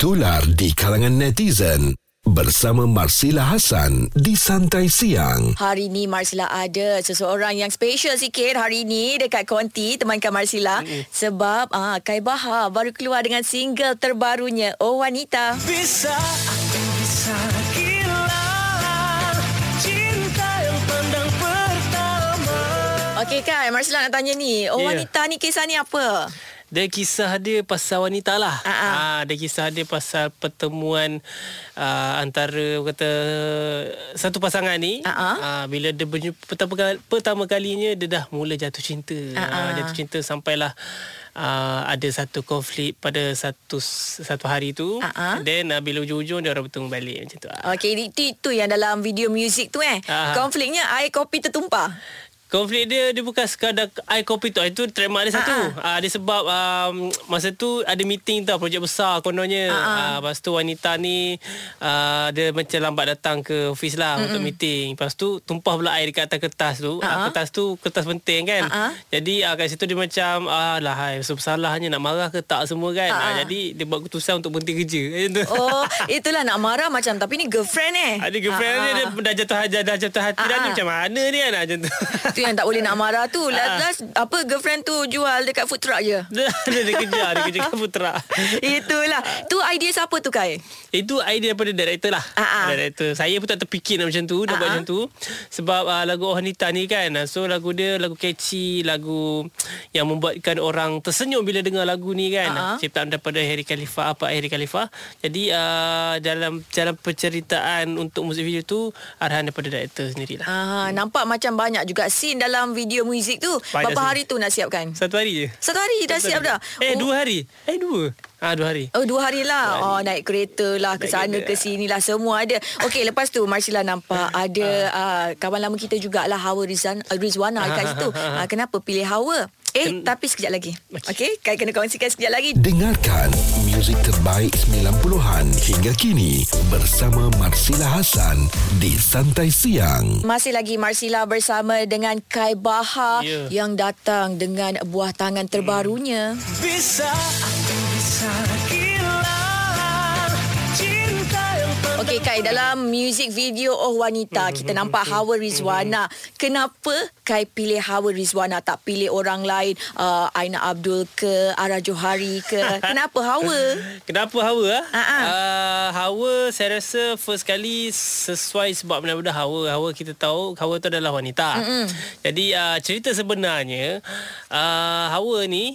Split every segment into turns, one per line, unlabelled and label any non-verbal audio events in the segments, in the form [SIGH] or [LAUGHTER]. Tertular di kalangan netizen bersama Marsila Hasan di Santai Siang.
Hari ni Marsila ada seseorang yang special sikit hari ni dekat Konti temankan Marsila mm-hmm. sebab ah Kai Baha baru keluar dengan single terbarunya Oh Wanita.
Bisa aku bisa gila Cinta yang pandang pertama
Okey Kai, Marsila nak tanya ni, Oh
Ya.
Wanita ni kisah ni apa?
Dia kisah dia pasal wanita lah.
Ah, ah.
Ah, dia kisah dia pasal pertemuan ah, antara orang kata satu pasangan ni
Ah, ah.
ah, bila dia berjumpa pertama, kali- pertama kalinya dia dah mula jatuh cinta.
Ah, ah.
Ah, jatuh cinta sampailah ah, ada satu konflik pada satu satu hari tu.
Ah, ah.
Then ah, bila ujung-ujung dia orang bertemu balik macam tu. Ah.
Okey, itu itu yang dalam video muzik tu eh.
Ah.
Konfliknya air kopi tertumpah.
Konflik dia dia bukan sekadar air kopi tu itu trademark dia satu. Ah dia sebab um, masa tu ada meeting tau projek besar kononnya. Ah lepas tu wanita ni ah, dia macam lambat datang ke office lah untuk meeting. Lepas tu tumpah pula air dekat atas kertas tu. Ah kertas tu kertas penting kan.
Ah, ah.
Jadi ah, kat situ dia macam alah hai bersalahnya nak marah ke tak semua kan.
Ah,
Ah,
ah.
jadi dia buat keputusan untuk berhenti kerja. Macam tu.
Oh, itulah nak marah macam tapi ni girlfriend eh.
[LAUGHS] Ada girlfriend
Ah,
dia,
ah.
dia dah jatuh hati dah jatuh hati dah
Ah,
ni
ah.
macam mana ni kan Ah, macam tu.
[LAUGHS] Tu yang tak boleh nak marah tu. Last, last apa girlfriend tu jual dekat food truck je.
dia, [LAUGHS] dia, dia kejar Dia kejar kat putera
Itulah. Tu idea siapa tu Kai?
Itu idea daripada director lah
Ah, ah.
Director Saya pun tak terfikir nak macam tu Dah
Ah,
buat
ah.
macam tu Sebab uh, lagu Oh Wanita ni kan ah, So lagu dia Lagu catchy Lagu Yang membuatkan orang tersenyum Bila dengar lagu ni kan
Ah, ah.
Ciptaan daripada Harry Khalifa Apa Harry Khalifa Jadi uh, Dalam Dalam penceritaan Untuk muzik video tu Arahan daripada director sendirilah
Ah, nampak macam banyak juga scene dalam video muzik tu.
Hmm. Banyak
Berapa
scene.
hari tu nak siapkan?
Satu hari je
Satu hari dah siap dah.
Eh dua hari Eh dua Ah dua hari
Oh dua hari lah Oh naik kereta lah Ke
Naik
sana
kereta. Hmm.
ke sini lah Semua ada Okey lepas tu Marsila nampak Ada
Ah.
uh, Kawan lama kita jugalah Hawa Rizan, uh, Rizwana Dekat
[LAUGHS]
situ uh, Kenapa pilih Hawa Eh tapi sekejap lagi Okey Kai kena kongsikan sekejap lagi
Dengarkan muzik terbaik 90-an hingga kini bersama Marsila Hasan di Santai Siang.
Masih lagi Marsila bersama dengan Kai Baha
Ya.
yang datang dengan buah tangan terbarunya.
Hmm. Bisa aku bisa gila Cinta yang Hmm, pandang
Okey Kai, dalam music video Oh Wanita kita nampak Hawa
hmm.
Rizwana. Kenapa Kai pilih Hawa Rizwana tak pilih orang lain? Uh, Aina Abdul ke Ara Johari
[LAUGHS]
ke? Kenapa Hawa?
Kenapa Hawa? ah?
Ah, ah.
Uh, Hawa saya rasa first kali sesuai sebab benda-benda Hawa. Hawa kita tahu Hawa tu adalah wanita. Mm-hmm. Jadi uh, cerita sebenarnya uh, Hawa ni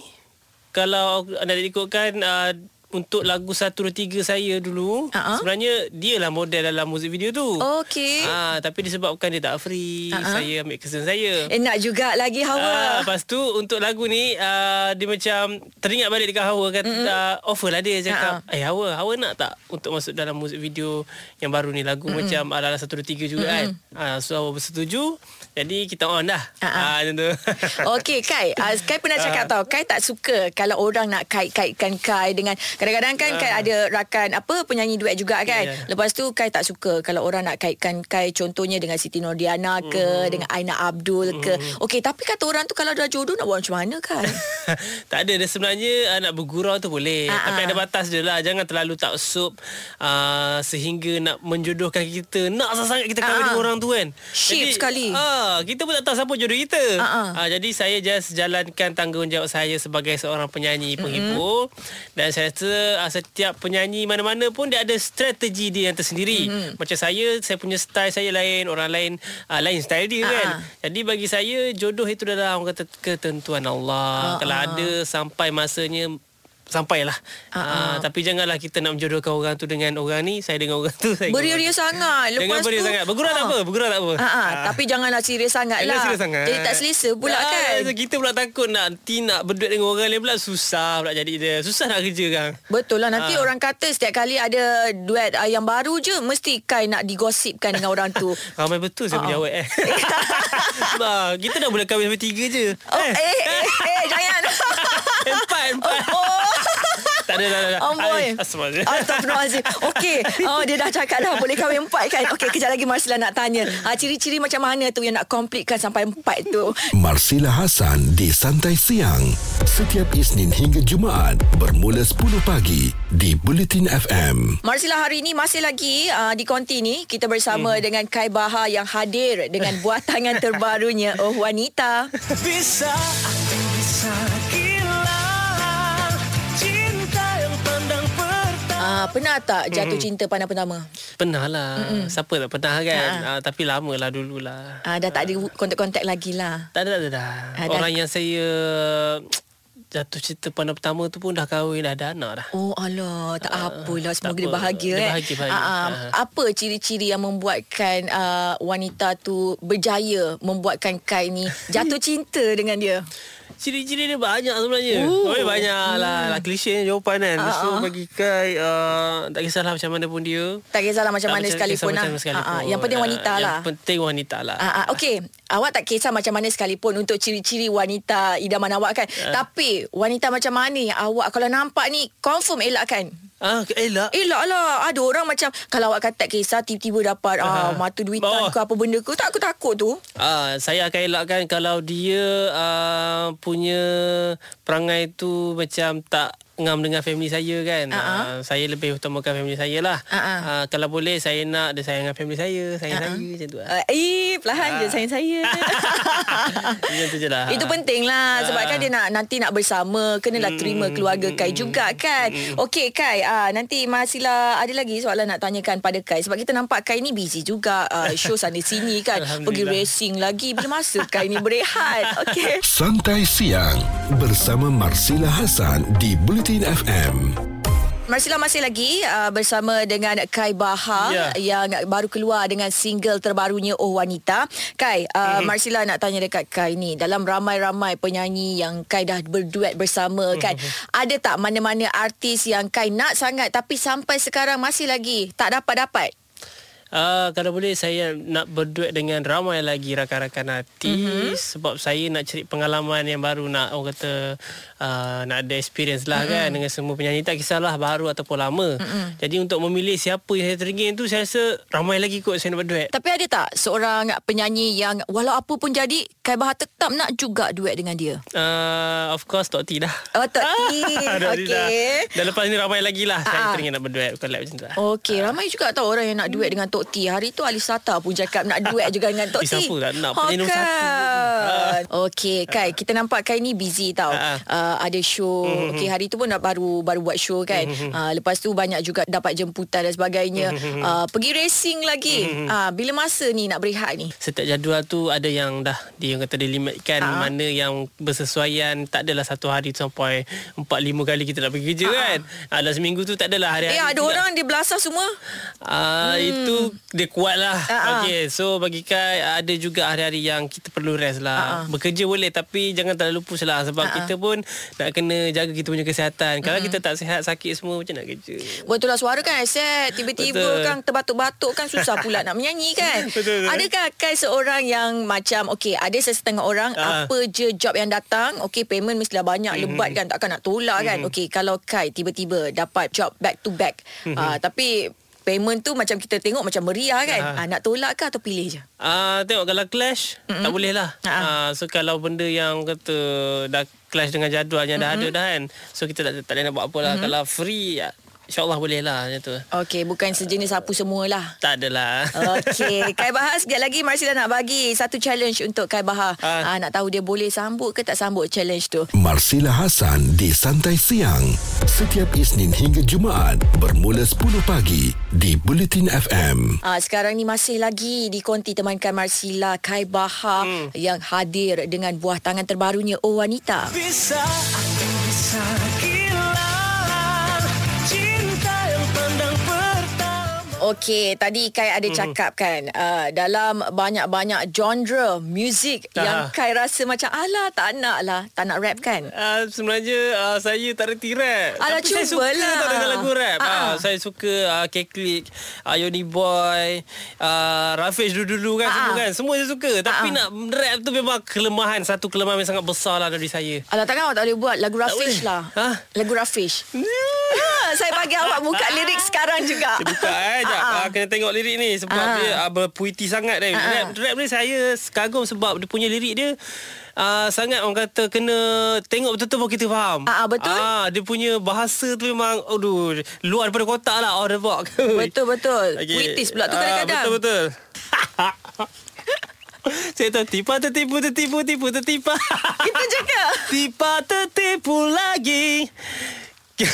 kalau anda ikutkan uh, untuk lagu 1 2 3 saya dulu
Ah, ah.
sebenarnya dialah model dalam muzik video tu.
Okey.
Ah tapi disebabkan dia tak free,
Ah, ah.
saya ambil kesan saya.
Enak Eh, juga lagi
Ah,
Hawa.
lepas tu untuk lagu ni uh, dia macam teringat balik dekat Hawa kata uh, offer lah dia cakap, "Eh Hawa, Hawa nak tak untuk masuk dalam muzik video yang baru ni lagu macam ala-ala 1 2 3 juga kan." Ah so Hawa bersetuju. Jadi kita on dah. Ah macam tu. [LAUGHS]
Okey Kai, uh, Kai pernah
Ah.
cakap tau Kai tak suka kalau orang nak kait-kaitkan Kai dengan Kadang-kadang kan Kai ada rakan apa penyanyi duet juga kan
Ah. Ya.
Lepas tu Kai tak suka kalau orang nak kaitkan Kai Contohnya dengan Siti Nordiana ke
Mm-hmm.
Dengan Aina Abdul ke Okey tapi kata orang tu kalau dah jodoh nak buat macam mana
[LAUGHS]
Kai?
tak ada dia sebenarnya uh, nak bergurau tu boleh
Ah,
uh-huh. tapi
ah.
ada batas je lah jangan terlalu taksub uh, sehingga nak menjodohkan kita nak sangat kita kahwin
Ah, ah.
uh-huh. dengan orang tu kan
Shape sekali.
uh, kita pun tak tahu siapa jodoh kita
Ah, ah.
uh, jadi saya just jalankan tanggungjawab saya sebagai seorang penyanyi penghibur mm-hmm. dan saya rasa uh, setiap penyanyi mana-mana pun dia ada strategi dia yang tersendiri mm-hmm. macam saya saya punya style saya lain orang lain uh, lain style dia
Ah,
kan
ah.
jadi bagi saya jodoh itu adalah orang kata ketentuan Allah.
Ah,
Uh, Kalau
ah.
ada sampai masanya sampailah. Uh,
Ah,
uh. Uh, tapi janganlah kita nak menjodohkan orang tu dengan orang ni, saya dengan orang tu, saya dengan
Beria-ria
orang tu.
sangat Lepas
Jangan
tu
beria sangat. Bergurau tak
Ah.
apa, bergurau tak apa. Ah.
Ha, ha, tapi janganlah serius sangat
Jangan
lah
serius sangat.
Jadi tak selesa pula
Ah,
kan
Kita pula takut nanti nak berduet dengan orang lain pula susah pula jadi dia. Susah nak kerja kan.
Betul lah Nanti
Ah.
orang kata Setiap kali ada Duet uh, yang baru je Mesti Kai nak digosipkan Dengan orang
[LAUGHS]
tu
Ramai betul saya
Ah,
punya
ah.
awet
[LAUGHS]
eh. bah, kita dah boleh kahwin sampai tiga je.
[LAUGHS] Oh, eh, eh, eh, jangan.
Empat, empat.
Oh. Ah,
tak tak ada dah. dah, dah.
Amboi.
Ai, Astagfirullah.
Astagfirullahalazim. Okey, oh, dia dah cakap dah boleh kahwin empat kan. Okey, kejap lagi Marsila nak tanya. Ah, ciri-ciri macam mana tu yang nak completekan sampai empat tu?
Marsila Hasan di Santai Siang. Setiap Isnin hingga Jumaat bermula 10 pagi di Bulletin FM.
Marsila hari ini masih lagi uh, di konti ni kita bersama hmm. dengan Kai Baha yang hadir dengan buatangan terbarunya Oh Wanita.
Bisa, bisa hilang cinta yang pandang pertama.
Uh, pernah tak jatuh hmm. cinta pandang pertama?
Pernah lah. Mm-mm. Siapa tak pernah kan? Ha. Uh, tapi lama lah dululah.
Uh, dah tak ada kontak-kontak lagi lah.
Tak ada, tak ada dah.
Ah, dah-
Orang yang saya jatuh cinta pandang pertama tu pun dah kahwin, dah ada anak dah.
Oh Allah, tak uh, apalah.
Eh, tak
Semoga dia
apa.
bahagia
Dia
eh.
bahagia, bahagia.
Ah, ah.
Ah.
Apa ciri-ciri yang membuatkan uh, wanita tu berjaya membuatkan Kai
[LAUGHS]
ni jatuh cinta dengan dia?
Ciri-ciri dia banyak sebenarnya.
Ooh. Ah,
Oh, banyak lah. Lah klise jawapan kan. Uh, so bagi Kai uh, tak kisahlah macam mana pun dia.
Tak kisahlah macam
Tak
mana
kisah-
sekalipun
kisah
lah.
macam
Ah,
mana
ah.
sekalipun.
Yang penting
Ah,
wanita lah.
Yang penting wanita lah.
Ah, ah, okey, awak tak kisah macam mana sekalipun untuk ciri-ciri wanita idaman awak kan.
Eh.
Tapi wanita macam mana yang awak kalau nampak ni confirm elakkan.
Ah, elak.
Elak lah Ada orang macam Kalau awak kata tak kisah Tiba-tiba dapat ah,
Ah.
Mata duitan
Oh.
ke apa benda ke Tak aku takut tu
Ah, saya akan elakkan kalau dia ah, punya perangai tu macam tak ngam dengan family saya kan.
Ah-ah.
Ah, saya lebih utamakan family saya lah.
Ah-ah.
Ah, kalau boleh saya nak dia sayang dengan family saya, sayang uh-huh. saya macam tu
[LAUGHS]
lah.
uh, Eh perlahan je sayang saya
Macam tu je lah.
Itu penting lah Sebab kan dia nak Nanti nak bersama Kenalah terima keluarga Kai juga kan Okey Kai ah, Nanti Masila Ada lagi soalan nak tanyakan pada Kai Sebab kita nampak Kai ni busy juga ah, Show sana sini kan Pergi
Alhamdulillah.
racing lagi Bila masa Kai ni berehat Okey
Santai Siang bersama Marsila Hasan di Bulletin FM.
Marsila masih lagi uh, bersama dengan Kai Baha yeah.
Ya.
yang baru keluar dengan single terbarunya Oh Wanita. Kai, uh, mm-hmm. Marsila nak tanya dekat Kai ni dalam ramai-ramai penyanyi yang Kai dah berduet bersama kan. Ada tak mana-mana artis yang Kai nak sangat tapi sampai sekarang masih lagi tak dapat-dapat?
Ah, kalau boleh saya nak berduet dengan ramai lagi rakan-rakan artis
Mhm.
mm-hmm. sebab saya nak cari pengalaman yang baru nak orang kata ah, nak ada experience lah mm-hmm. kan
Mhm.
dengan semua penyanyi tak kisahlah baru ataupun lama. Mm-hmm. Jadi untuk memilih siapa yang saya teringin tu saya rasa ramai lagi kot saya nak berduet.
Tapi ada tak seorang penyanyi yang walau apa pun jadi Kai Baha tetap nak juga duet dengan dia?
Ah, of course Tok T dah.
Oh, Tok T.
[LAUGHS] Tok T dah.
Okey.
Dan lepas ni ramai lagi
Ah,
lah
ah.
saya teringin nak berduet collab macam tu lah.
Okey, ramai juga tau orang yang nak duet dengan Tok T. Hari tu Alisata pun cakap nak duet juga dengan Tok T.
Eh, siapa tak nak? Penyanyi nombor
Hokan.
satu.
[LAUGHS] Okey, Kai, kita nampak Kai ni busy tau.
Ah, ah.
Uh, ada show.
Hmm,
Okey, hari tu pun dah baru baru buat show kan. Uh, lepas tu banyak juga dapat jemputan dan sebagainya.
Hmm,
Uh, pergi racing lagi. Uh, bila masa ni nak berehat ni?
setiap jadual tu ada yang dah dia kata dilimitkan
Ha.
ha. mana yang bersesuaian tak adalah satu hari tu sampai 4 5 kali kita nak pergi kerja ha. kan ha, dalam seminggu tu tak adalah hari-hari
Eh, Ah. ada
kita-
orang dia belasah semua.
Ah hmm. itu dia kuat lah.
Ah, ah.
Okey, so bagi Kai ada juga hari-hari yang kita perlu rest lah.
Ah, ah.
Bekerja boleh tapi jangan terlalu push lah sebab
Ah, ah.
kita pun nak kena jaga kita punya kesihatan. Kalau kita tak sihat, sakit semua macam nak kerja.
Betul lah suara kan Aset Tiba-tiba
Betul.
kan Terbatuk-batuk kan Susah pula nak menyanyi kan
[LAUGHS] Betul, betul.
Adakah kan seorang yang Macam Okay ada sesetengah orang
Ah. Mhm.
Apa je job yang datang Okay payment mestilah banyak Lebat kan Takkan nak tolak kan Okay kalau Kai tiba-tiba Dapat job back to back
Mhm.
Ah, Tapi Payment tu macam kita tengok Macam meriah kan
Ah.
Ah, Nak tolak ke atau pilih je
Ah uh, tengok kalau clash mm-hmm. tak boleh lah.
Ah, ah.
Uh, so kalau benda yang kata dah clash dengan jadualnya dah mm-hmm. ada dah kan. So kita tak tak ada nak buat apa lah. Mm-hmm. Kalau free ya, insyaallah boleh lah macam tu.
Okay bukan sejenis sapu semualah
Tak adalah. [LAUGHS]
Okey, Kai Bahar sekejap lagi Marsila nak bagi satu challenge untuk Kai Bahar. Ah.
Ah.
nak tahu dia boleh sambut ke tak sambut challenge tu.
Marsila Hasan di Santai Siang. Setiap Isnin hingga Jumaat bermula 10 pagi di Bulletin FM.
Ah sekarang ni masih lagi dikonti temankan Marsila Kai Baha hmm. yang hadir dengan buah tangan terbarunya Oh Wanita.
Bisa, bisa hilang cinta yang pandang pertama.
Okey, tadi Kai
Hmm.
ada cakap kan uh, dalam banyak-banyak genre muzik
Ah.
yang Kai rasa macam alah tak nak lah, tak nak rap kan.
Uh, sebenarnya uh, saya tak reti rap
Alah,
Tapi saya suka
cubalah.
tak dengan lagu rap
Ah, ah.
uh, Saya suka uh, K-Click uh, Yoni Boy uh, Rafiz dulu-dulu kan
Ah,
Semua
ah.
kan Semua saya suka Tapi
ah.
nak rap tu memang kelemahan Satu kelemahan yang sangat besar lah dari saya
Alah takkan awak tak boleh buat lagu Rafish lah.
boleh. Ha?
Lagu Rafish. Ha, saya bagi awak buka lirik sekarang juga.
Ah. Dia buka eh Sekejap uh Kena tengok lirik ni Sebab
Ah.
dia uh, Berpuiti sangat kan
Ah.
rap, rap ni saya Kagum sebab Dia punya lirik dia uh, Sangat orang kata Kena Tengok betul-betul Baru kita faham
Ah, ah, betul.
uh, Dia punya bahasa tu memang Aduh Luar daripada kotak lah Out of the box [LAUGHS]
Betul betul. Okay. Puitis pula tu
Ah,
kadang-kadang.
Betul-betul [LAUGHS] Saya tahu Tipa tertipu Tertipu [LAUGHS] Tipu tertipa
Itu je
[LAUGHS]
ke?
Tipa tertipu lagi [LAUGHS]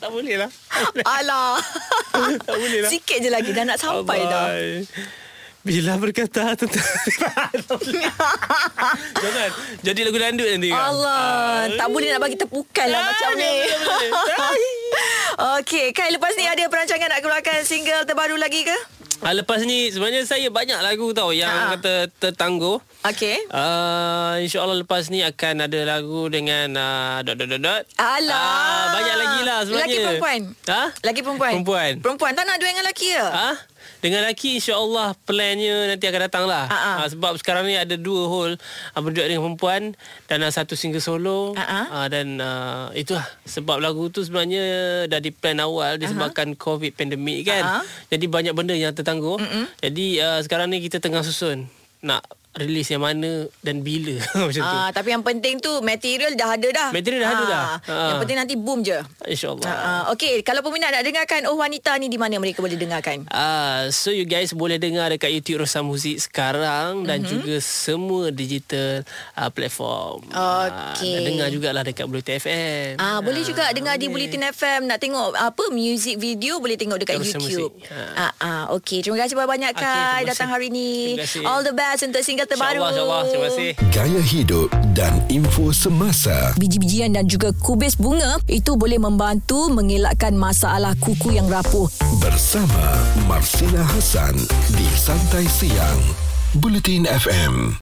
Tak boleh lah
Alah.
Tak boleh lah
Sikit je lagi dah nak sampai dah.
Abai. Bila berkata tentang [LAUGHS] Jangan Jadi lagu dandut nanti kan
Allah, tak boleh nak bagi tepukan lah
Ah,
macam ni.
boleh, boleh,
[LAUGHS]
boleh. Ya.
Okey, Kai lepas ni ada perancangan nak keluarkan single terbaru lagi ke?
ah, Lepas ni Sebenarnya saya banyak lagu tau Yang
Ha.
kata tertangguh
Okey.
Uh, InsyaAllah lepas ni akan ada lagu dengan uh, dot dot dot dot.
Alah.
Ah, banyak lagi lah sebenarnya.
Lelaki perempuan?
Ha?
Lagi perempuan.
Perempuan.
Perempuan tak nak duel dengan lelaki ya?
Ha? Dengan lelaki insyaAllah plannya nanti akan datang lah.
Ah, ah.
Ah, sebab sekarang ni ada dua hole uh, berduet dengan perempuan dan uh, satu single solo.
Ah, ah.
Uh, dan uh, itulah sebab lagu tu sebenarnya dah di plan awal disebabkan COVID
Ah, ah.
pandemik kan. Jadi banyak benda yang tertangguh. Mm-mm. Jadi uh, sekarang ni kita tengah susun nak release yang mana dan bila [LAUGHS] macam tu.
Ah, tapi yang penting tu material dah ada dah.
Material dah ada dah.
Ah, Yang
Ah.
penting nanti boom je.
InsyaAllah.
Ah, ah. Okey, kalau peminat nak dengarkan Oh Wanita ni di mana mereka boleh dengarkan?
Ah, so you guys boleh dengar dekat YouTube Rosa Muzik
Mhm.
sekarang dan juga semua digital uh, platform. Ah,
Okey.
dan dengar jugalah dekat Blue TFM.
Ah, boleh juga dengar di Bulletin FM nak tengok apa music video boleh tengok dekat
Terus
YouTube.
music.
Ah, ah okey. Terima kasih banyak-banyak
Okey,
Kai
terima
datang hari
kasih.
ni.
Terima kasih.
All the best untuk single terbaru.
InsyaAllah, insyaAllah. Terima kasih.
Gaya hidup dan info semasa.
biji-bijian dan juga kubis bunga itu boleh membantu mengelakkan masalah kuku yang rapuh.
Bersama Marsila Hasan di Santai Siang. Bulletin FM.